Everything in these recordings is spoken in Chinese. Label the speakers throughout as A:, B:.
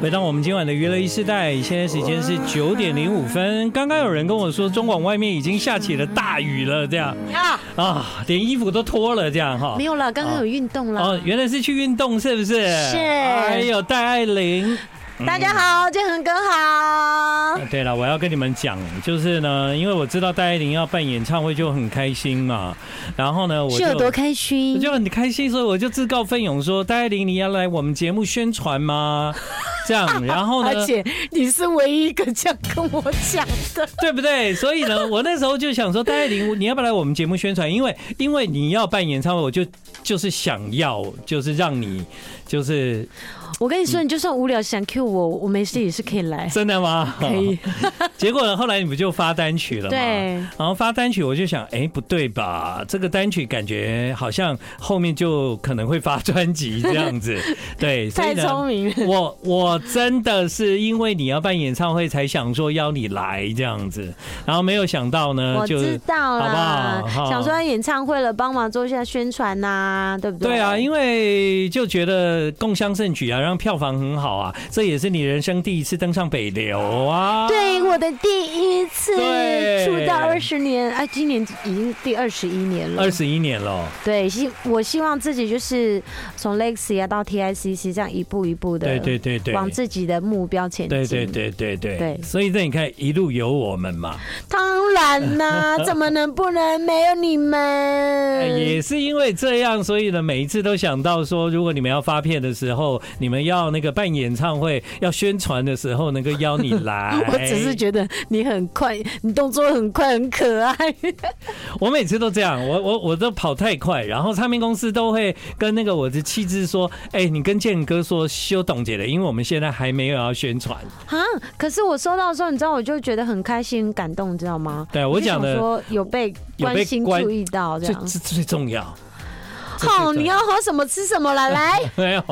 A: 回到我们今晚的娱乐一世代，现在时间是九点零五分。刚刚有人跟我说，中广外面已经下起了大雨了，这样
B: 啊，
A: 啊，连衣服都脱了，这样哈
B: 没。有了，刚刚有运动了。
A: 哦，原来是去运动，是不是？
B: 是
A: 哎呦，戴爱玲。啊
B: 大家好，建恒哥好。
A: 对了，我要跟你们讲，就是呢，因为我知道戴爱玲要办演唱会，就很开心嘛。然后呢，我
B: 是有
A: 就
B: 多开
A: 我
B: 心？
A: 就很开心，所以我就自告奋勇说：“戴爱玲，你要来我们节目宣传吗？”这样，然 后呢，
B: 而且你是唯一一个这样跟我讲 的。
A: 对不对？所以呢，我那时候就想说，戴爱玲，你要不要来我们节目宣传？因为因为你要办演唱会，我就就是想要，就是让你就是
B: 我跟你说，你就算无聊想 Q 我，我没事也是可以来，
A: 真的吗？
B: 可以。
A: 结果呢后来你不就发单曲了吗？
B: 对
A: 然后发单曲，我就想，哎，不对吧？这个单曲感觉好像后面就可能会发专辑这样 子。 对，所以
B: 太
A: 呢
B: 聪明了。
A: 我我真的是因为你要办演唱会才想说邀你来这样子，然后没有想到呢，
B: 我
A: 呃就
B: 知
A: 是
B: 道啦，
A: 好不好
B: 想说演唱会了，帮忙做一下宣传呐、对不对？
A: 对啊，
B: 为
A: 因为就觉得共襄盛举啊，让票房很好啊，这也是你人生第一次登上北流啊。
B: 对我的第一次
A: 对
B: 出道二十年，哎，今年已经第二十一年了
A: 二。十一年了，
B: 对，希我希望自己就是从 Lexi 啊到 TICC 这样一步一步的，
A: 对对对对，
B: 往自己的目标前进。
A: 对对，对对对
B: 对
A: 所以这你看一路有我们嘛，
B: 当 然啦、怎么能不能没有你们？
A: 也是因为这样，所以呢，每一次都想到说，如果你们要发片的时候，你们要那个办演唱会、要宣传的时候，能够邀你来。
B: 我只
A: 哎
B: 是觉得你很快，你动作很快，很可爱。
A: 我每次都这样，我我我都跑太快，然后唱片公司都会跟那个我的妻子说：“哎、你跟健哥说修董姐的，因为我们现在还没有要宣传。
B: 啊！可是我收到的时候，你知道，我就觉得很开心、很感动，你知道吗？
A: 对啊我
B: 就想
A: 讲的
B: 说有被
A: 有被
B: 关心、
A: 关
B: 注意到这
A: 最
B: 样。
A: 最最重要。 这最重
B: 好，你要喝什么吃什么了，来，
A: 没有？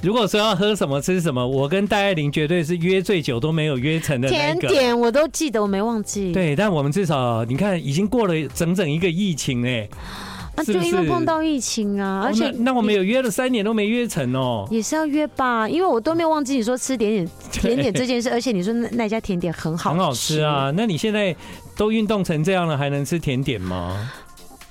A: 如果说要喝什么吃什么，我跟戴爱玲绝对是约最久都没有约成的 那
B: 甜
A: 一个。
B: 点我都记得，我没忘记。，
A: 对，但我们至少你看，已经过了整整一个疫情哎、
B: 啊，
A: 是
B: 就
A: 不
B: 因为
A: 是
B: 碰到疫情啊，而
A: 哦
B: 且
A: 那那我们有约了三年都没约成哦。
B: 也是要约吧，因为我都没有忘记你说吃甜点甜 点这件事，而且你说那那家甜点很好，
A: 很好吃！啊！那你现在都运动成这样了，还能吃甜点吗？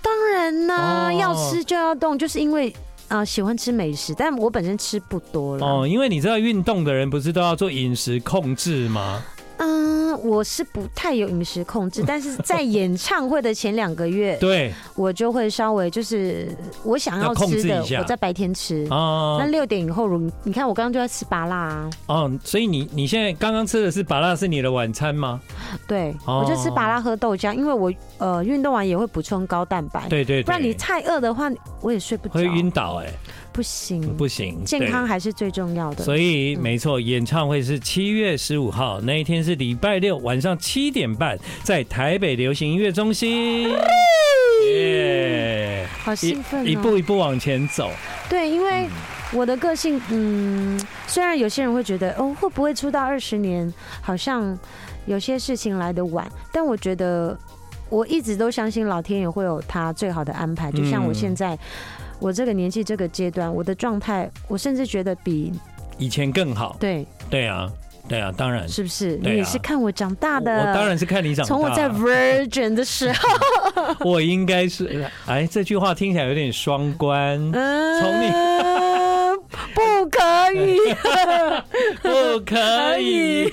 B: 当然啦、
A: 哦
B: 要吃就要动，就是因为啊、呃喜欢吃美食，但我本身吃不多了。
A: 哦，因为你知道运动的人不是都要做饮食控制吗？
B: 嗯，我是不太有饮食控 制，但是在演唱会的前两个月，
A: 对
B: 我就会稍微就是我想
A: 要
B: 要
A: 控
B: 吃
A: 制
B: 的
A: 一下，
B: 我在白天吃。那
A: 啊
B: 六点以后，如你看我刚刚就在吃拔辣啊，
A: 哦，所以你你现在刚刚吃的是巴拉是你的晚餐吗？
B: 对、
A: 哦
B: 我就吃拔辣喝豆浆，因为我呃运动完也会补充高蛋白，
A: 对对对，
B: 哎不然你太饿的话，我也睡不着，
A: 会晕倒哎、
B: 不行，
A: 不行，
B: 嗯健
A: 对
B: 康还是最重要的。
A: 所以
B: 嗯
A: 没错，演唱会是七月十五号那一天是礼拜六晚上七点半，在台北流行音乐中心。 耶！
B: 好兴奋、哦
A: 一嗯步一步往前走，
B: 对，因为我的个性，嗯，虽然有些人会觉得，哦，会不会出道二十年，好像有些事情来得晚，但我觉得我一直都相信老天也会有他最好的安排。就像我
A: 嗯
B: 现在，我这个年纪这个阶段，我的状态，我甚至觉得比
A: 以前更好。
B: 对，
A: 对啊，对啊，当然。
B: 是不是？
A: 对啊
B: 你也是看我长大的，
A: 我当然是看你长大。
B: 从我在 Virgin 的时候，
A: 我应该是，哎，这句话听起来有点双关，
B: 嗯，
A: 从你
B: 不可以。
A: 不哎可以。，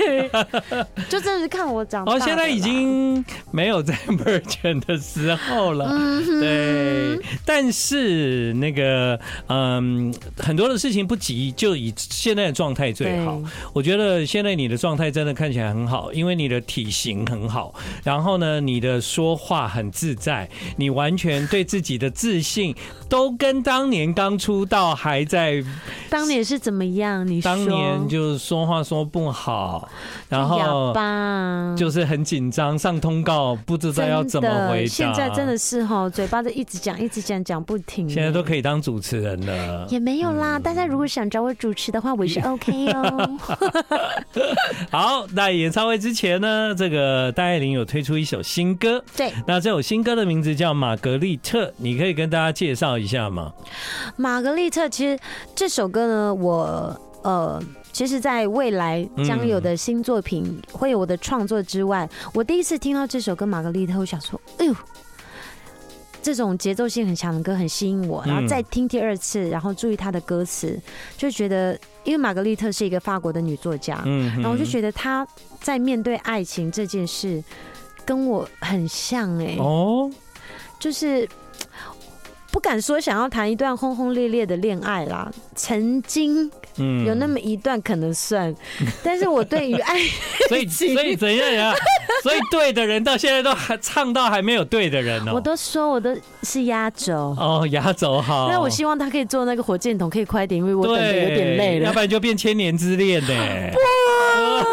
B: 就真的是看我长大的
A: 哦，
B: 啦。
A: 现在已经没有在 Virgin 的时候了。
B: 嗯
A: 对，但是那个，嗯，很多的事情不急，就以现在的状态最好。我觉得现在你的状态真的看起来很好，因为你的体型很好，然后呢，你的说话很自在，你完全对自己的自信都跟当年刚出道还在
B: 当年是怎么样？你说
A: 当年就是说话说不好，然后
B: 哑巴，
A: 就是很紧张，上通告不知道要怎么回答。
B: 真的现在真的是哈，嘴巴都一直讲，一直讲，讲不停。
A: 现在都
B: 以。
A: 可以当主持人了。
B: 也没有啦，大家如果想找我主持的话，我 也是 OK 哦。
A: 好，那演唱会之前呢，这个戴爱玲有推出一首新歌，
B: 对，
A: 那这首新歌的名字叫《玛格丽特》，你可以跟大家介绍一下吗？
B: 玛格丽特，其实这首歌呢，我呃。其实，在未来将有的新作品会有我的创作之外，我第一次听到这首歌《玛格丽特》，我想说，哎呦。这种节奏性很强的歌很吸引我，然后再听第二次，然后注意她的歌词，就觉得，因为玛格丽特是一个法国的女作家，
A: 嗯，
B: 啊然后我就觉得她在面对爱情这件事跟我很像哎、欸，
A: 哦，
B: 就是不敢说想要谈一段轰轰烈烈的恋爱啦，曾经
A: 嗯
B: 有那么一段可能算，但是我对于 哎爱
A: 所以所以怎样 呀？所以对的人到现在都还唱到还没有对的人呢、
B: 我都说我都是压轴。
A: 哦，压轴好。
B: 那我希望他可以做那个火箭筒，可以快一点，因为我等的有点累
A: 对要
B: 了
A: 不。然就变千年之恋呢、
B: 哦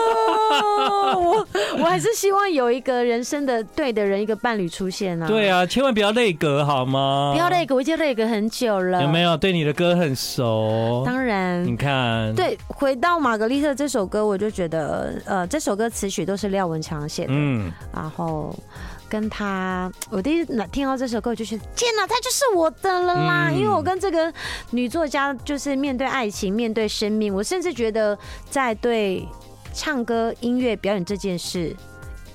B: 我我还是希望有一个人生的对的人，一个伴侣出现啊。
A: 对
B: 啊，
A: 啊，千万不要内格好吗？
B: 不要累个，我已经累个很久了。
A: 有没？有对你的歌很熟？
B: 当然。
A: 你看，，
B: 对，回到《玛格丽特》这首歌，我就觉得，呃，这首歌词曲都是廖文强写的，
A: 嗯，
B: 然后跟他，我第一次听到这首歌，我就觉得天哪，他就是我的了啦！
A: 嗯
B: 因为我跟这个女作家，就是面对爱情，面对生命，我甚至觉得在对唱歌、音乐表演这件事，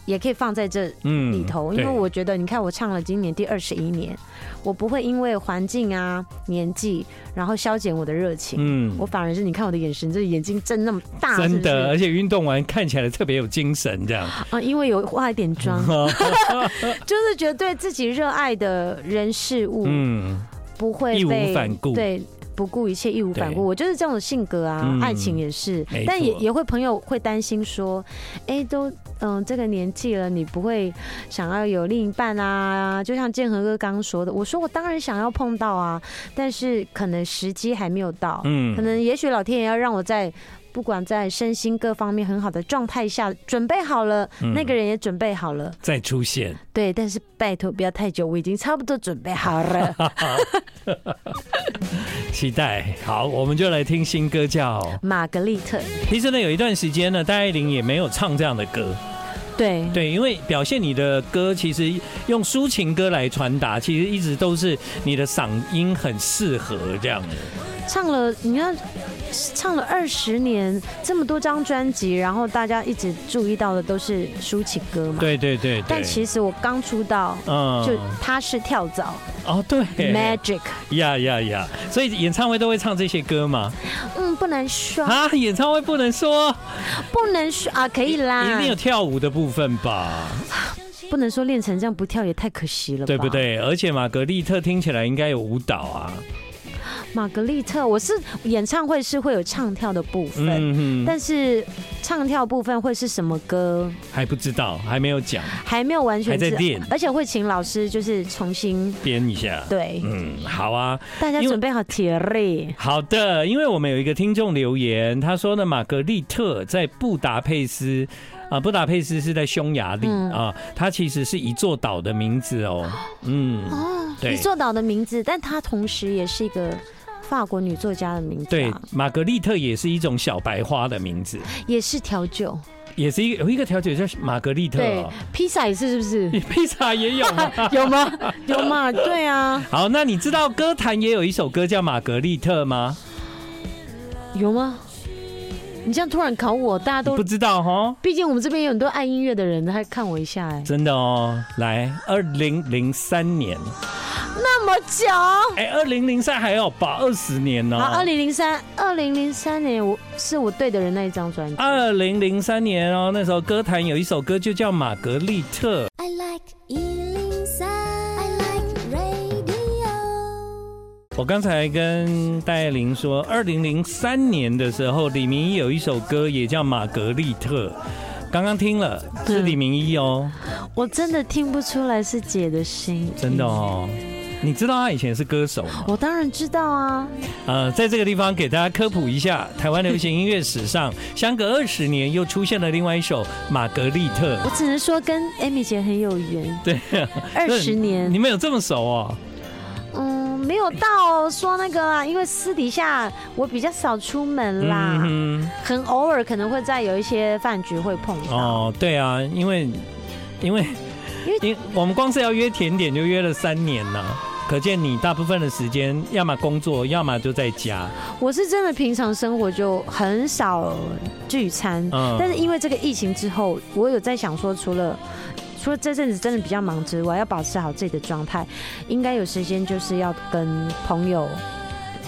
B: 也可以放在这
A: 嗯
B: 里头，因为
A: 对
B: 我觉得，你看我唱了今年第二十一年，我不会因为环境啊、年纪，然后消减我的热情。
A: 嗯
B: 我反而是，你看我的眼神，这眼睛睁那么大，是
A: 真
B: 不是
A: 的，
B: 啊、
A: 而且运动完看起来特别有精神，这样。
B: 因为有化一点妆，
A: 嗯
B: 就是觉得对自己热爱的人事物
A: 嗯，
B: 不会
A: 义无
B: 被
A: 反顾
B: 对，不顾一切，义无反顾。
A: 对
B: 我就是这种性格啊，
A: 嗯
B: 爱情也是
A: 没，
B: 但也
A: 错
B: 也会朋友会担心说，哎、都嗯这个年纪了，你不会想要有另一半啊？就像建和哥刚说的，我说我当然想要碰到啊，但是可能时机还没有到，
A: 嗯
B: 可能也许老天爷要让我在。不管在身心各方面很好的状态下，准备好了，
A: 嗯
B: 那个人也准备好了，
A: 再出现。
B: 对。但是拜托不要太久，我已经差不多准备好 了。
A: 期待。好，我们就来听新歌叫《
B: 玛格丽特，
A: 其实呢，有一段时间呢，戴爱玲也没有唱这样的歌。
B: 对，
A: 对，因为表现你的歌，其实用抒情歌来传达，其实一直都是你的嗓音很适合这样的。
B: 唱了，你看，唱了二十年，这么多张专辑，然后大家一直注意到的都是抒情歌嘛。。
A: 对对对对。
B: 但其
A: 实，
B: 实我刚出道，
A: 嗯
B: 就他是跳蚤、
A: 哦，对
B: m a g i c
A: 呀呀呀！所以演唱会都会唱这些歌嘛？
B: 嗯，不能说，
A: 啊，演唱会不能说，
B: 不能说啊，可以
A: 一
B: 啦
A: 定，有跳舞的部分吧，
B: 不能说练成这样不跳也太可惜了吧，
A: 对不？对？而且玛格丽特听起来应该有舞蹈啊，
B: 玛格丽特，我是演唱会是会有唱跳的部分，
A: 嗯哼，
B: 但是唱跳部分会是什么歌
A: 还不知道，还没有讲，
B: 还没有完全
A: 还在
B: 知道
A: 练
B: 而且会请老师就是重新
A: 编一下。
B: 对，
A: 嗯，好啊，
B: 大家
A: 因为
B: 准备好体力。
A: 好的，因为我们有一个听众留言，他说呢，玛格丽特在布达佩斯。啊，布达佩斯是在匈牙利、
B: 嗯
A: 啊，它其实是一座岛的名字哦。嗯，
B: 哦，
A: 对
B: 你作岛的名字，但她同时也是一个法国女作家的名字、啊，
A: 对，玛格丽特也是一种小白花的名字，
B: 也是调酒，
A: 也是一个有一个调酒叫玛格丽特、
B: 对
A: 哦，，
B: 披萨也是是不
A: 你
B: 是？啊
A: 披萨也有 吗？
B: 有吗？有嘛？对啊，
A: 好，那你知道歌坛也有一首歌叫《玛格丽特》吗？
B: 有吗？你这样突然考我，大家
A: 你
B: 都
A: 不，知道哈，
B: 毕竟我们这边有很多爱音乐的人，还看我一下哎、
A: 真的哦。来，二零零三年，
B: 那么久，
A: 哎、2二零零三还有吧，二十年哦呢、
B: 好，二零零三，二零零三年我是我对的人那一张专辑，
A: 二零零三年哦，那时候歌坛有一首歌就叫《玛格丽特》。
C: I like Ealing Sound. I like radio.
A: 我刚才跟戴爱玲说，二零零三年的时候，李明一有一首歌也叫《玛格丽特》，刚刚听了是李明一哦，
B: 我真的听不出来是姐的声音，
A: 真的。哦。你知道他以前是歌手吗？
B: 我当然知道啊，
A: 呃，在这个地方给大家科普一下，台湾流行音乐史上，相隔二十年又出现了另外一首《玛格丽特》。
B: 我只能说跟 Amy 姐很有缘，
A: 对，啊
B: 二十年
A: 你，们有这么熟哦？
B: 嗯，没有到说那个啊，因为私底下我比较少出门啦，
A: 嗯哼
B: 很偶尔可能会在有一些饭局会碰到。
A: 哦，对啊，因为因为
B: 因为
A: 因我们光是要约甜点就约了三年呐、可见你大部分的时间要么工作，要么就在家。
B: 我是真的平常生活就很少聚餐，
A: 嗯
B: 但是因为这个疫情之后，我有在想说，除了除了这阵子真的比较忙之外，要保持好自己的状态，应该有时间就是要跟朋友，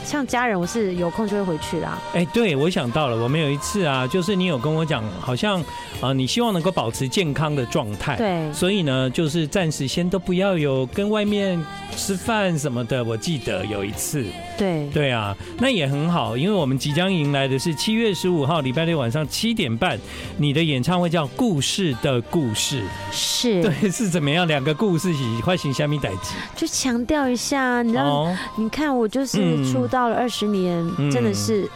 B: 像家人，我是有空就会回去啦。
A: 哎、对，我想到了，我们有一次啊，就是你有跟我讲，好像啊、呃你希望能够保持健康的状态。
B: 对，
A: 所以呢，就是暂时先都不要有跟外面吃饭什么的。我记得有一次，
B: 对，
A: 对啊，那也很好，因为我们即将迎来的是七月十五号礼拜六晚上七点半，你的演唱会叫《故事的故事》，
B: 是，
A: 对，是怎么样？两个故事一起唤醒虾米代机
B: 就强调一下，你知道，
A: 哦，
B: 你看我就是
A: 嗯
B: 出道了二十年，
A: 嗯
B: 真的是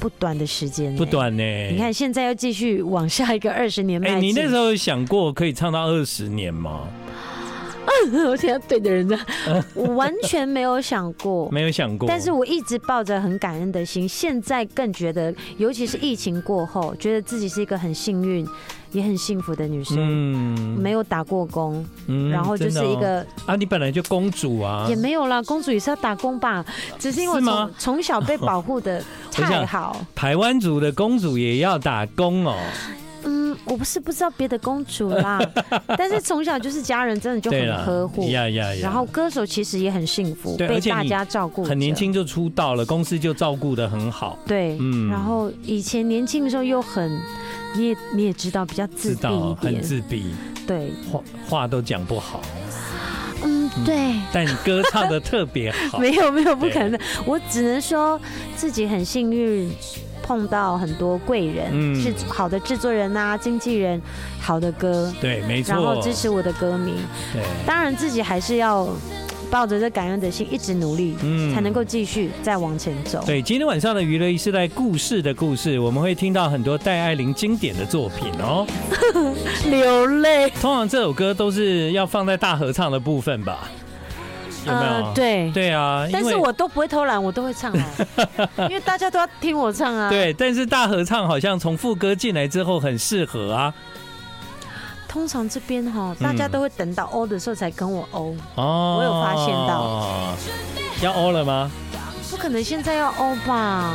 B: 不短的时间、欸
A: 不。短呢。
B: 你看，现在要继续往下一个二十年迈
A: 哎、
B: 进。
A: 你那时候有想过可以唱到二十年吗？
B: 我现在对的人 呢，我完全没有想过。
A: 没有想过，
B: 但是我一直抱着很感恩的心，现在更觉得，尤其是疫情过后，觉得自己是一个很幸运，也很幸福的女生，
A: 嗯
B: 没有打过工，
A: 嗯
B: 然后就是一
A: 真的哦
B: 个、
A: 啊，你本来就公主啊，
B: 也没有啦，公主也是要打 工吧，只是因为我
A: 是吗
B: 从从小被保护的
A: 我想
B: 太好，
A: 台湾族的公主也要打工哦，
B: 嗯，我不是不知道别的公主 啦，但是从小就是家人真的就
A: 对
B: 很
A: 了
B: 呵护，
A: 呀呀呀，
B: 然后歌手其实也很幸福，
A: 对
B: 被
A: 而且
B: 大
A: 你
B: 家照顾，
A: 很年。轻就出道了，公司就照顾的很好，
B: 对，
A: 嗯
B: 然后以前年轻的时候又很，你也你也知道比较自
A: 知
B: 闭
A: 道
B: 一
A: 很
B: 点，
A: 自闭，
B: 对，
A: 话话都讲不好，
B: 嗯，对，
A: 但你歌唱的特别好，
B: 没有没有不可能的，我只能说自己很幸运。碰到很多贵人，
A: 嗯
B: 是好的制作人呐、经纪人，好的歌，
A: 对，没
B: 然后
A: 错，
B: 支持我的歌迷。
A: 对，
B: 当然，自己还是要抱着这感恩的心，一直努力，
A: 嗯
B: 才能够继续再往前走。
A: 对，今天晚上的娱乐一时代故事的故事，我们会听到很多戴爱玲经典的作品哦。
B: 流泪，
A: 通常这首歌都是要放在大合唱的部分吧？有没有？
B: 呃对。
A: 对啊，因
B: 但是
A: 为
B: 我都不会偷懒，我都会唱 啊，因为大家都要听我唱啊。，
A: 对，但是大合唱好像从副歌进来之后很适合啊。
B: 通常这边哈，
A: 嗯
B: 大家都会等到欧的时候才跟我欧，
A: 哦，
B: 我有发现
A: 到。要欧了吗？
B: 不可能现在要欧吧？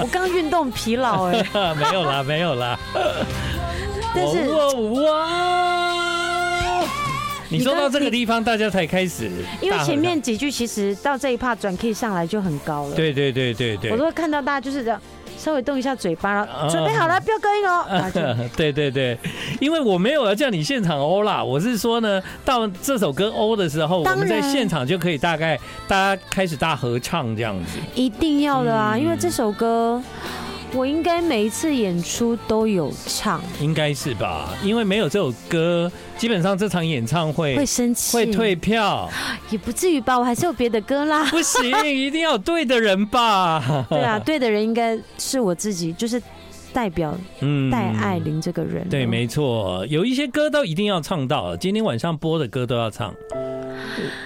B: 我刚运动疲劳 哎、
A: 没有啦，没有啦。
B: 但是
A: 哇
B: 啊
A: 哇哇！你说到这个地方，大家才开始大合唱。
B: 因为前面几句其实到这一趴转 K 上来就很高了，
A: 对对对对对
B: 我都，会看到大家就是这样稍微动一下嘴巴，然后
A: 嗯
B: 准备好了，飙高音 哦，然后就
A: 对对对，因为我没有要叫你现场欧啦，我是说呢，到这首歌欧的时候，我
B: 当
A: 们在
B: 然
A: 现场就可以大概大家开始大合唱这样子。
B: 一定要的啊，
A: 嗯
B: 因为这首歌我应该每一次演出都有唱，
A: 应该是吧？因为没有这首歌，基本上这场演唱会
B: 会生气，
A: 会退票，
B: 也不至于吧，我还是有别的歌 啦。
A: 不行， 一定要有对的人吧？
B: 对啊，对的人应该是我自己，就是代表
A: 嗯
B: 戴爱。玲这个人。
A: 对，没错，有一些歌都一定要唱到，今天晚上播的歌都要唱。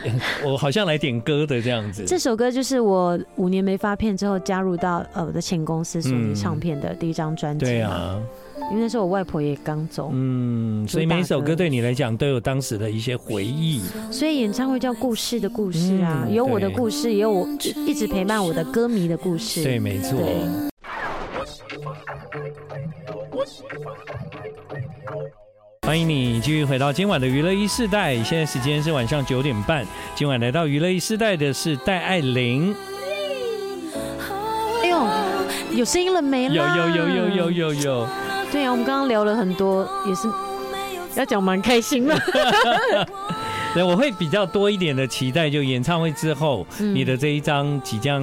A: 我好像来点歌的这样子。
B: 这首歌就是我五年没发片之后加入到呃我的前公司索尼
A: 嗯
B: 唱片的第一张专辑。
A: 对，啊，
B: 因为那时候我外婆也刚走，
A: 嗯，所以每一首歌对你来讲都有当时的一些回忆。
B: 所以演唱会叫《故事的故事》啊，
A: 嗯
B: 有我的
A: 对
B: 故事，也有我一直陪伴我的歌迷的故事。
A: 对，没错。
B: 对
A: 欢迎你继续回到今晚的娱乐一世代，现在时间是晚上九点半。今晚来到娱乐一世代的是戴爱玲，
B: 哎呦，有声音了没
A: 有
B: 啦？
A: 有有有有。有有，
B: 对啊，我们刚刚聊了很多，也是要讲蛮开 心的。
A: 对，我会比较多一点的期待，就演唱会之后，
B: 嗯
A: 你的这一张即将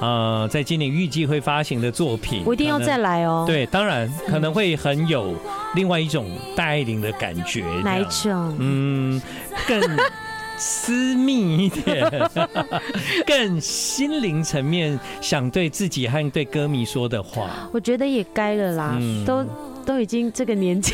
A: 呃，在今年预计会发行的作品，
B: 我一定要
A: 可能
B: 再来哦。，
A: 对，当然可能会很有另外一种戴爱玲的感觉，这
B: 哪一
A: 样
B: 种？
A: 嗯，更私密一点， 更心灵层面想对自 己和对歌迷说的话。
B: 我觉得也该了啦，
A: 嗯
B: 都都已经这个年纪，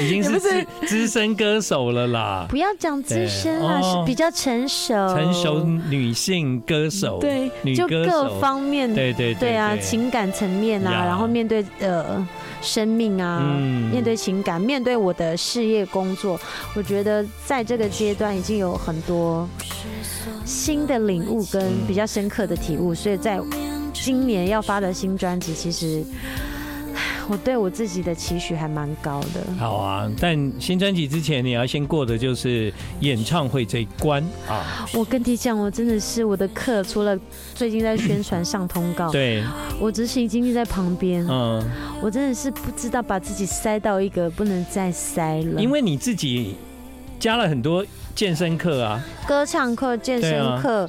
A: 已经
B: 你
A: 是
B: 不是
A: 资资深歌手了啦，
B: 不要讲资深啦，
A: 对哦
B: 啊是比较成熟，
A: 成熟女性歌手，
B: 对
A: 女，
B: 就
A: 歌
B: 各
A: 手，
B: 方面
A: 对对
B: 对啊，情感层面啊，
A: 呀
B: 然后面对呃生命啊，
A: 嗯
B: 面对情感，面对我的事业工作，我觉得在这个阶段已经有很多新的领悟
A: 嗯
B: 跟比较深刻的体悟，所以在今年要发的新专辑，其实唉我对我自己的期许还蛮高的。
A: 好啊，但新专辑之前你要先过的就是演唱会这一关啊，
B: 我跟你讲，我真的是我的课，除了最近在宣传上通告，
A: 对，
B: 我执行经理在旁边，
A: 嗯，
B: 我真的是不知道把自己塞到一个不能再塞了。
A: 因为你自己加了很多健身课啊，
B: 歌唱课、健身课、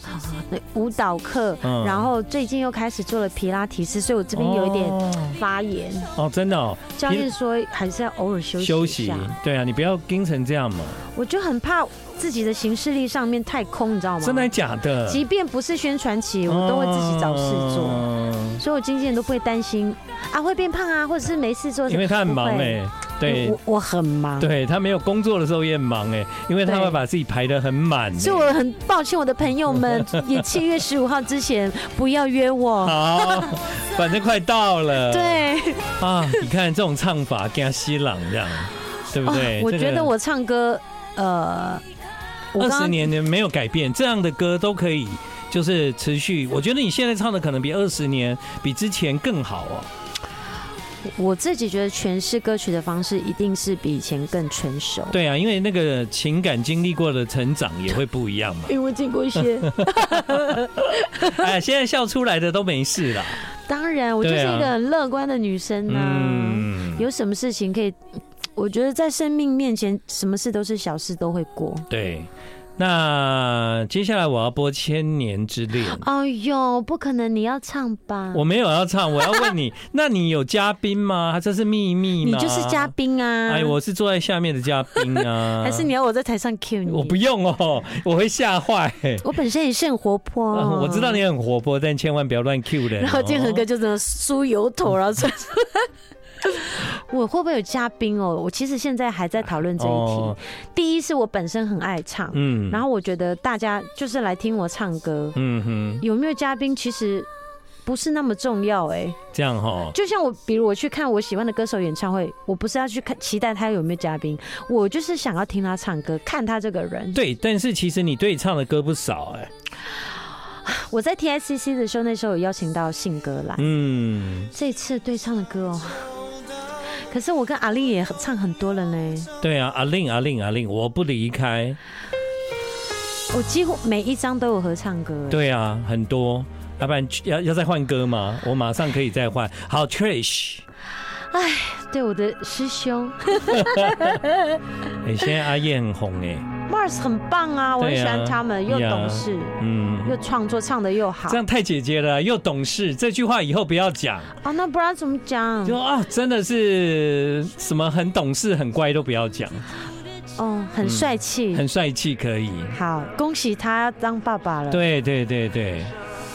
B: 舞蹈课，
A: 嗯
B: 然后最近又开始做了皮拉提斯，所以我这边有一点
A: 哦
B: 发炎。
A: 哦，真的哦，
B: 教练说还是要偶尔休息
A: 休
B: 一
A: 息
B: 下，，
A: 对啊，你不要盯成这样嘛，
B: 我就很怕自己的行事力上面太空，你知道吗？
A: 真的还假的？
B: 即便不是宣传期，我都会自己找事做。
A: 嗯
B: 所以我经纪人都不会担心啊会变胖啊，或者是没事做什
A: 因
B: 么。
A: 为他很忙
B: 不会
A: 哎、对
B: 我我很忙，
A: 对，他没有工作的时候也很忙哎、因为他
B: 对
A: 会把自己排得很满、欸
B: 所以我很抱歉我的朋 友们，也七月十五号之前不要约我。
A: 好，哦反正快到了。
B: 对，
A: 啊，你看这种唱法，跟他西朗 这样，对不对？
B: 哦我
A: 这个
B: 觉得我唱歌，呃，我
A: 二
B: 刚
A: 十
B: 刚
A: 年年没有改变，这样的歌都可以，就是持续。我觉得你现在唱的可能比二十年、比之前更好哦。
B: 我自己觉得诠释歌曲的方式一定是比以前更成熟。。
A: 对啊，因为那个情感经历过的成长也会不一样嘛
B: 因为经过一些，
A: 哎，现在笑出来的都没事啦。
B: 当然我就是
A: 对啊
B: 一个很乐观的女生呐、
A: 嗯，
B: 有什么事情可以，我觉得在生命面前，什么事都是小事都会过。
A: 对。那接下来我要播《千年之恋》。
B: 哎呦，不可能！你要唱吧？
A: 我没有要唱，我要问 你，那你有嘉宾吗？这是秘密
B: 你
A: 吗？
B: 就是嘉宾啊！
A: 哎，我是坐在下面的嘉宾啊。
B: 还是你要我在台上 cue 你？
A: 我不，用哦，我会吓坏、
B: 我本身也是很活泼、
A: 啊 我知道。你很活泼，但千万不要乱 Q 人、哦。
B: 哦 然后建和哥就这么梳油头，然后说：“ 我会不会有嘉宾哦？”我其实现在还在讨论这一题。
A: 哦
B: 第一是我本身很爱唱，
A: 嗯
B: 然后我觉得大家就是来听我唱歌，
A: 嗯哼，
B: 有没有嘉宾其实不是那么重要哎、
A: 这样哈、
B: 就像我，比如我去看我喜欢的歌手演唱会，我不是要去看期待他有没有嘉宾，我就是想要听他唱歌，看他这个人。
A: 对，但是其实你对唱的歌不少哎、
B: 我在 TICC 的时候，那时候有邀请到信哥来，
A: 嗯，
B: 这次对唱的歌哦。可是我跟阿丽也唱很多了呢，
A: 对啊，阿令阿令阿令，我不离开。
B: 我几乎每一张都有合唱歌。，
A: 对啊，很多，要不然要要再换歌吗？我马上可以再换。好，Trish，
B: 对我的师兄
A: 哎、现在阿燕很红哎、
B: Mars 很棒啊，我很喜欢他们，
A: 对啊
B: 又懂事，
A: 嗯，
B: 又创作，唱的又好
A: 这。样太姐姐了，又懂事，这句话以后不要讲。
B: 啊，那不然怎么讲？
A: 就啊，真的是什么很懂事、很乖都不要讲，
B: 哦，很帅气。
A: 嗯很帅气可以。
B: 好，恭喜他当爸爸了。
A: 对对对对，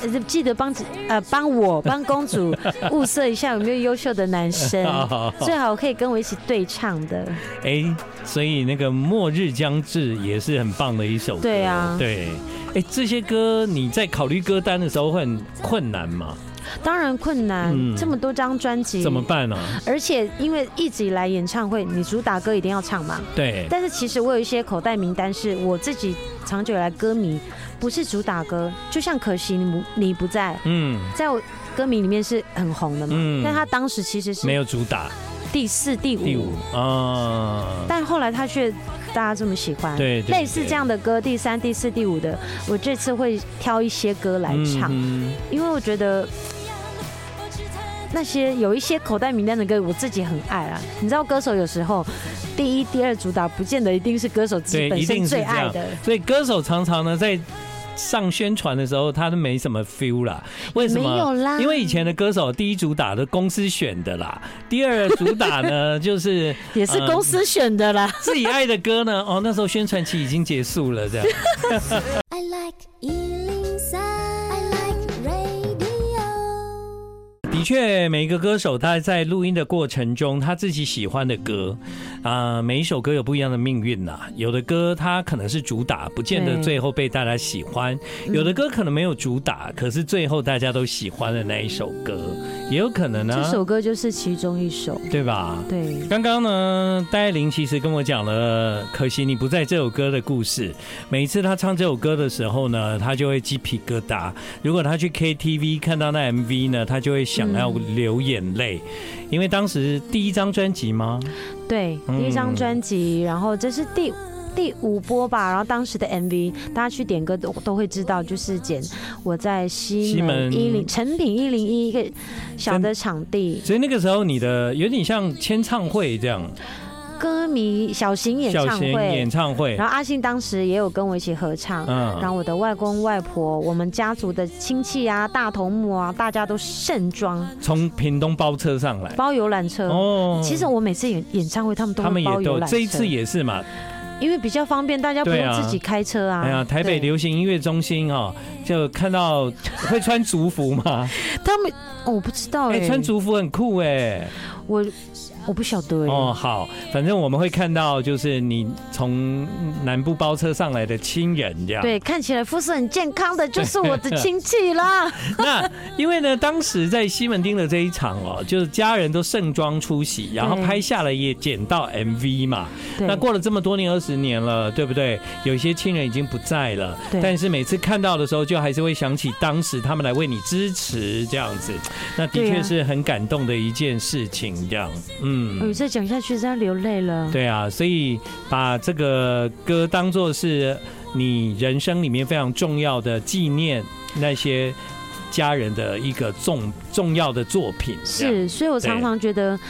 B: 呃，记得帮呃帮我帮公主 物色一下有没有优秀的男生
A: 好好，好
B: 最好可以跟我一起对唱的。
A: 哎、所以那个《末日将至》也是很棒的一首歌。
B: 对啊
A: 对。哎、这些歌你在考虑歌单的时候会很困难吗？
B: 当然困难，
A: 嗯
B: 这么多张专辑
A: 怎么办呢、啊？
B: 而且因为一直以来演唱会，你主打歌一定要唱嘛。
A: 对，
B: 但是其实我有一些口袋名单是我自己长久以来歌迷，不是主打歌，就像可惜你不你不在，
A: 嗯，
B: 在我歌迷里面是很红的嘛。
A: 嗯
B: 但他当时其实是
A: 没有主打
B: 第四、第五，
A: 第五
B: 嗯
A: 啊，
B: 但后来他却大家这么喜欢。
A: 对对
B: 类似这样的歌，第三、第四、第五的，我这次会挑一些歌来唱，
A: 嗯
B: 因为我觉得那些有一些口袋名单的歌，我自己很爱啊。你知道，歌手有时候第一、第二主打不见得一定是歌手自己
A: 对
B: 本
A: 一定
B: 身
A: 是
B: 最
A: 这
B: 爱
A: 样
B: 的，
A: 所以歌手常常呢在上宣传的时候，他都没什么 feel 啦。为什么？
B: 没有啦，
A: 因为以前的歌手，第一主打的公司选的啦，第二主打呢 就是呃
B: 也是
A: 嗯
B: 公司选的啦。
A: 自己爱的歌呢。哦，那时候宣传期已经结束了，这样。
C: I like Ealing Sound. I like radio.
A: 的确，每一个歌手他在录音的过程中，他自己喜欢的歌，啊、每一首歌有不一样的命运呐、有的歌它可能是主打，不见得
B: 对嗯
A: 最后被大家喜欢；有的歌可能没有主打，可是最后大家都喜欢的那一首歌，也有可能呢、啊
B: 这首歌就是其中一首，
A: 对吧？
B: 对，
A: 刚刚呢，戴爱玲其实跟我讲了，可惜你不在这首歌的故事。每一次她唱这首歌的时候呢，她就会鸡皮疙瘩。如果她去 KTV 看到那 MV 呢，她就会想要流眼泪，因为当时第一张专辑吗？
B: 对，
A: 嗯
B: 第一张专辑，然后这是第第五波吧，然后当时的 MV，大家去点歌都都会知道，就是剪我在西门
A: 西门
B: 一零成品一零一一个小的场地，
A: 所以那个时候你的有点像签唱会这样，
B: 歌迷小型演
A: 小
B: 唱
A: 型
B: 会
A: 演。唱会
B: 然。后阿信当时也有跟我一起合唱，
A: 嗯
B: 然后我的外公外婆、我们家族的亲戚啊、大头目啊，大家都盛装
A: 从屏东包车上来。
B: 包游览车。
A: 哦
B: 呃其实我每次演演唱会，他们都
A: 他
B: 会
A: 们
B: 包
A: 也
B: 游
A: 都
B: 览车，
A: 这一次也是嘛，
B: 因为比较方便，大家不
A: 对
B: 用
A: 啊
B: 自己开车啊。
A: 哎呀，台北
B: 对
A: 流行音乐中心哦，就看到会穿族服吗？
B: 他们哦，我不知道哎、
A: 哎，穿族服很酷哎。
B: 我我不晓得哎、
A: 哦，好，反正我们会看到，就是你从南部包车上来的亲人这样。
B: 对，看起来肤色很健康的，就是我的亲戚啦。
A: 那因为呢，当时在西门町的这一场哦，就是家人都盛装出席，然后
B: 对
A: 拍下了也剪到 MV 嘛。
B: 对，
A: 那过了这么多年，二十年了，对不对？有一些亲人已经不在了，
B: 对
A: 但是每次看到的时候，就还是会想起当时他们来为你支持这样子，那的
B: 对啊
A: 确是很感动的一件事情，这样，
B: 哎呦，
A: 嗯。
B: 再讲下去真的流泪了。
A: 对啊，所以把这个歌当做是你人生里面非常重要的纪念那些家人的一个重重要的作品，这样
B: 是，所以我常常觉得，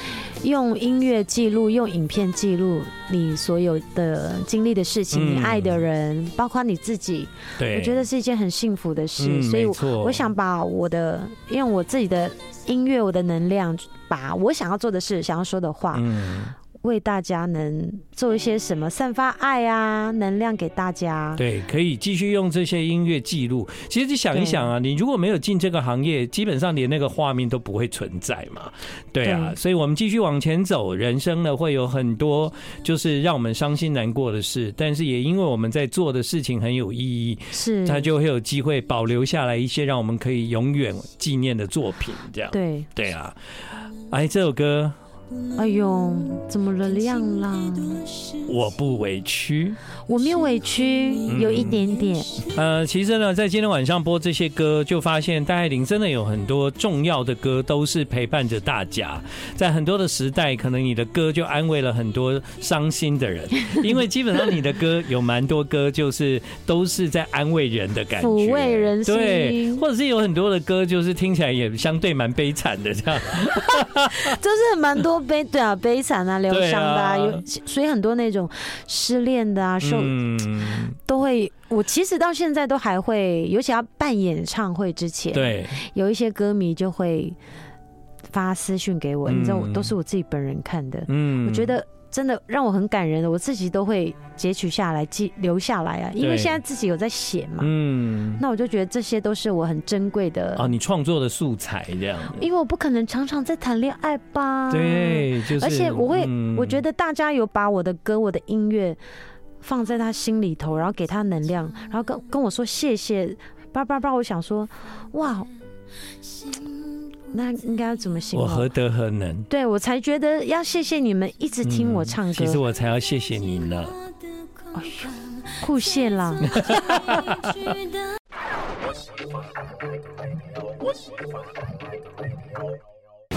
B: 用音乐记录、用影片记录你所有的经历的事情，
A: 嗯
B: 你爱的人，包括你自己，
A: 对，
B: 我觉得是一件很幸福的事。
A: 嗯
B: 所以
A: 没
B: 我，
A: 错
B: 我想把我的，用我自己的音乐、我的能量，把我想要做的事、想要说的话，
A: 嗯。
B: 为大家能做一些什么，散发爱啊，能量给大家。
A: 对，可以继续用这些音乐记录。其实你想一想啊，你如果没有进这个行业，基本上连那个画面都不会存在嘛。对啊，
B: 对
A: 所以我们继续往前走，人生呢会有很多就是让我们伤心难过的事，但是也因为我们在做的事情很有意义，
B: 是，
A: 它就会有机会保留下来一些让我们可以永远纪念的作品。这样，
B: 对，
A: 对啊。哎，这首歌
B: 哎呦，怎么了亮啦？
A: 我不委屈。
B: 我没有委屈，
A: 嗯
B: 有一点点。
A: 呃，其实呢，在今天晚上播这些歌，就发现戴爱玲真的有很多重要的歌都是陪伴着大家。在很多的时代，可能你的歌就安慰了很多伤心的人，因为基本上你的歌有蛮多歌就是都是在安慰人的感觉，
B: 抚慰人心
A: 对，或者是有很多的歌就是听起来也相对蛮悲惨的这样。
B: 就是蛮多悲，对啊，悲惨啊，疗伤的啊，
A: 嗯对啊
B: 有，所以很多那种失恋的啊，受、
A: 嗯，
B: 都会。我其实到现在都还会，尤其要办演唱会之前，
A: 对，
B: 有一些歌迷就会发私讯给我，你知道，我
A: 嗯
B: 都是我自己本人看的。
A: 嗯，
B: 我觉得真的让我很感人的，我自己都会截取下来记留下来啊，因
A: 对
B: 为现在自己有在写嘛，
A: 嗯，
B: 那我就觉得这些都是我很珍贵的，
A: 啊，你创作的素材这样。
B: 因为我不可能常常在谈恋爱吧。，
A: 对，就是，
B: 而且我会，
A: 嗯
B: 我觉得大家有把我的歌、我的音乐放在他心里头，然后给他能量，然后跟跟我说谢谢，叭叭叭，我想说，哇，那应该要怎么形
A: 我
B: 容？
A: 何德何能？嗯
B: 对我才觉得要谢谢你们一直听我唱歌
A: 其，实我才要谢谢你呢。
B: 酷谢 啦。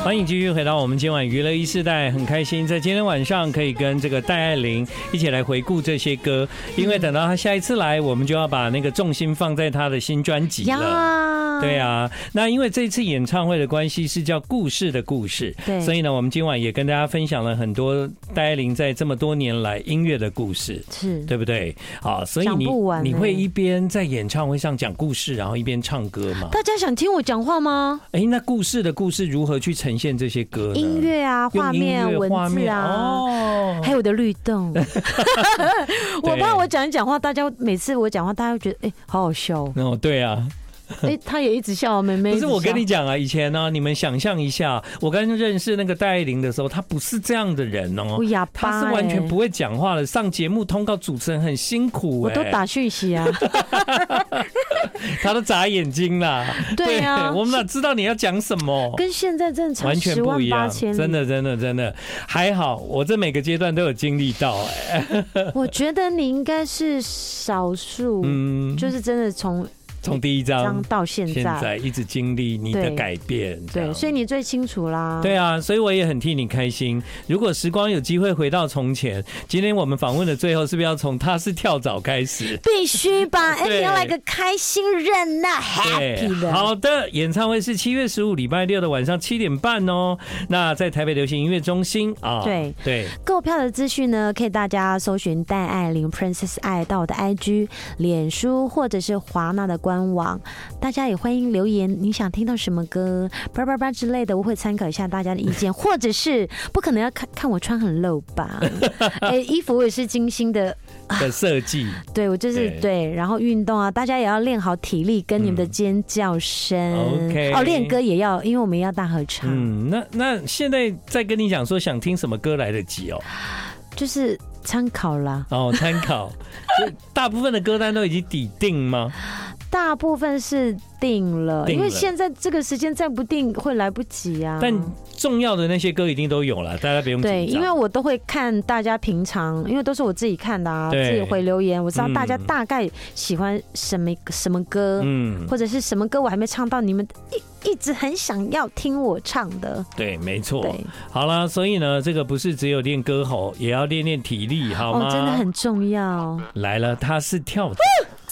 A: 欢迎继续回到我们今晚娱乐一世代，很开心在今天晚上可以跟这个戴爱玲一起来回顾这些歌，
B: 嗯
A: 因为等到她下一次来，我们就要把那个重心放在她的新专辑了。
B: 呀，
A: 对啊，那因为这次演唱会的关系是叫《故事的故事》，
B: 对
A: 所以呢，我们今晚也跟大家分享了很多戴爱玲在这么多年来音乐的故事。
B: 是，
A: 对不对？啊，所以
B: 讲
A: 你
B: 不完欸
A: 你
B: 呢
A: 会一边在演唱会上讲故事，然后一边唱歌吗？
B: 大家想听我讲话吗？
A: 哎，那故事的故事如何去呈现这些歌呢？
B: 音乐啊，
A: 用
B: 画
A: 音
B: 面、
A: 乐、
B: 文
A: 画
B: 字
A: 面
B: 啊。
A: 哦，
B: 还有我的律 动， 我
A: 对
B: 怕我讲一讲话，大家每次我讲话，大家会觉得哎、好好笑哦。
A: 哦，对啊，
B: 哎、他也一直笑，妹妹。
A: 不是我跟你，讲啊，以前呢、你们想象一下，我刚认识那个戴爱玲的时候，她不是这样的人哦、
B: 我哑巴、
A: 她
B: 哎
A: 是完全不，会讲话的，上节目通告主持人很辛苦、
B: 欸我
A: 哎
B: 都打讯息 啊。
A: 她都眨眼睛啦。
B: 对啊，
A: 我们哪知道你要讲什么？
B: 跟现在正常
A: 完全
B: 十
A: 不
B: 万
A: 一
B: 八
A: 样，
B: 千里，
A: 真。的，真的，真的，还好，我这每个阶段都有经历到、哎，
B: 我觉得你应该是少数，
A: 嗯，
B: 就是真的从
A: 从第一
B: 刚
A: 章
B: 到现
A: 现
B: 在，
A: 在一直经历你的
B: 对
A: 改变，这
B: 对，
A: 样
B: 所以你嗯最清楚啦。
A: 对啊，所以我也很替你开心。如果时光有机会回到从前，今天我们访问的最后是不是要从他是跳蚤开始？
B: 必须吧，哎，
A: 对
B: 你要来个开心人呐、h a
A: 对
B: p p y，的。
A: 好的，演唱会是七月十五礼拜六的晚上七点半哦。那在台北流行音乐中心啊，
B: 对
A: 对，
B: 购票的资讯呢，可以大家搜寻戴爱玲 Princess 爱到我的 IG、脸书或者是华纳的官网。大家也欢迎留言，你想听到什么歌，叭叭叭之类的，我会参考一下大家的意 见，或者是不可能要看看我穿很露吧？哎、衣服我也是精心的，
A: 的设计，
B: 对我就是
A: 对嗯
B: 对然后运动啊，大家也要练好体力跟你们的尖叫声。
A: OK
B: 哦，练歌也要，因为我们要大合唱，
A: 嗯，那那现在在跟你讲说想听什么歌来得及哦，
B: 就是参考啦。
A: 哦，参考，就大部分的歌单都已经底定吗？
B: 大部分是定了，
A: 定了
B: 因为现在这个时间再不定会来不及啊。
A: 但重要的那些歌一定都有了，大家不用紧张。
B: 对，因为我都会看大家平常，因为都是我自己看的啊，
A: 对
B: 自己回留言，我知道
A: 嗯
B: 大家大概喜欢什么什么歌，
A: 嗯，
B: 或者是什么歌我还没唱到，你们一一直很想要听我唱的。
A: 对，没错。
B: 对，
A: 好啦，所以呢，这个不是只有练歌喉，也要练练体力，好
B: 哦
A: 吗？，
B: 真的很重要。
A: 来了，他是跳蚤。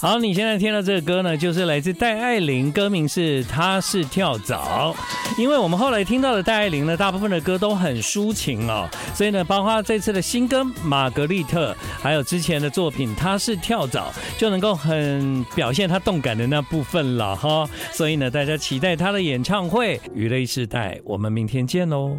A: 好，你现在听到这个歌呢，就是来自戴爱玲，歌名是《他是跳蚤》。因为我们后来听到的戴爱玲呢，大部分的歌都很抒情哦，所以呢，包括这次的新歌《玛格丽特》，还有之前的作品《他是跳蚤》，就能够很表现她动感的那部分了哈。所以呢，大家期待她的演唱会。娱乐时代，我们明天见喽。哦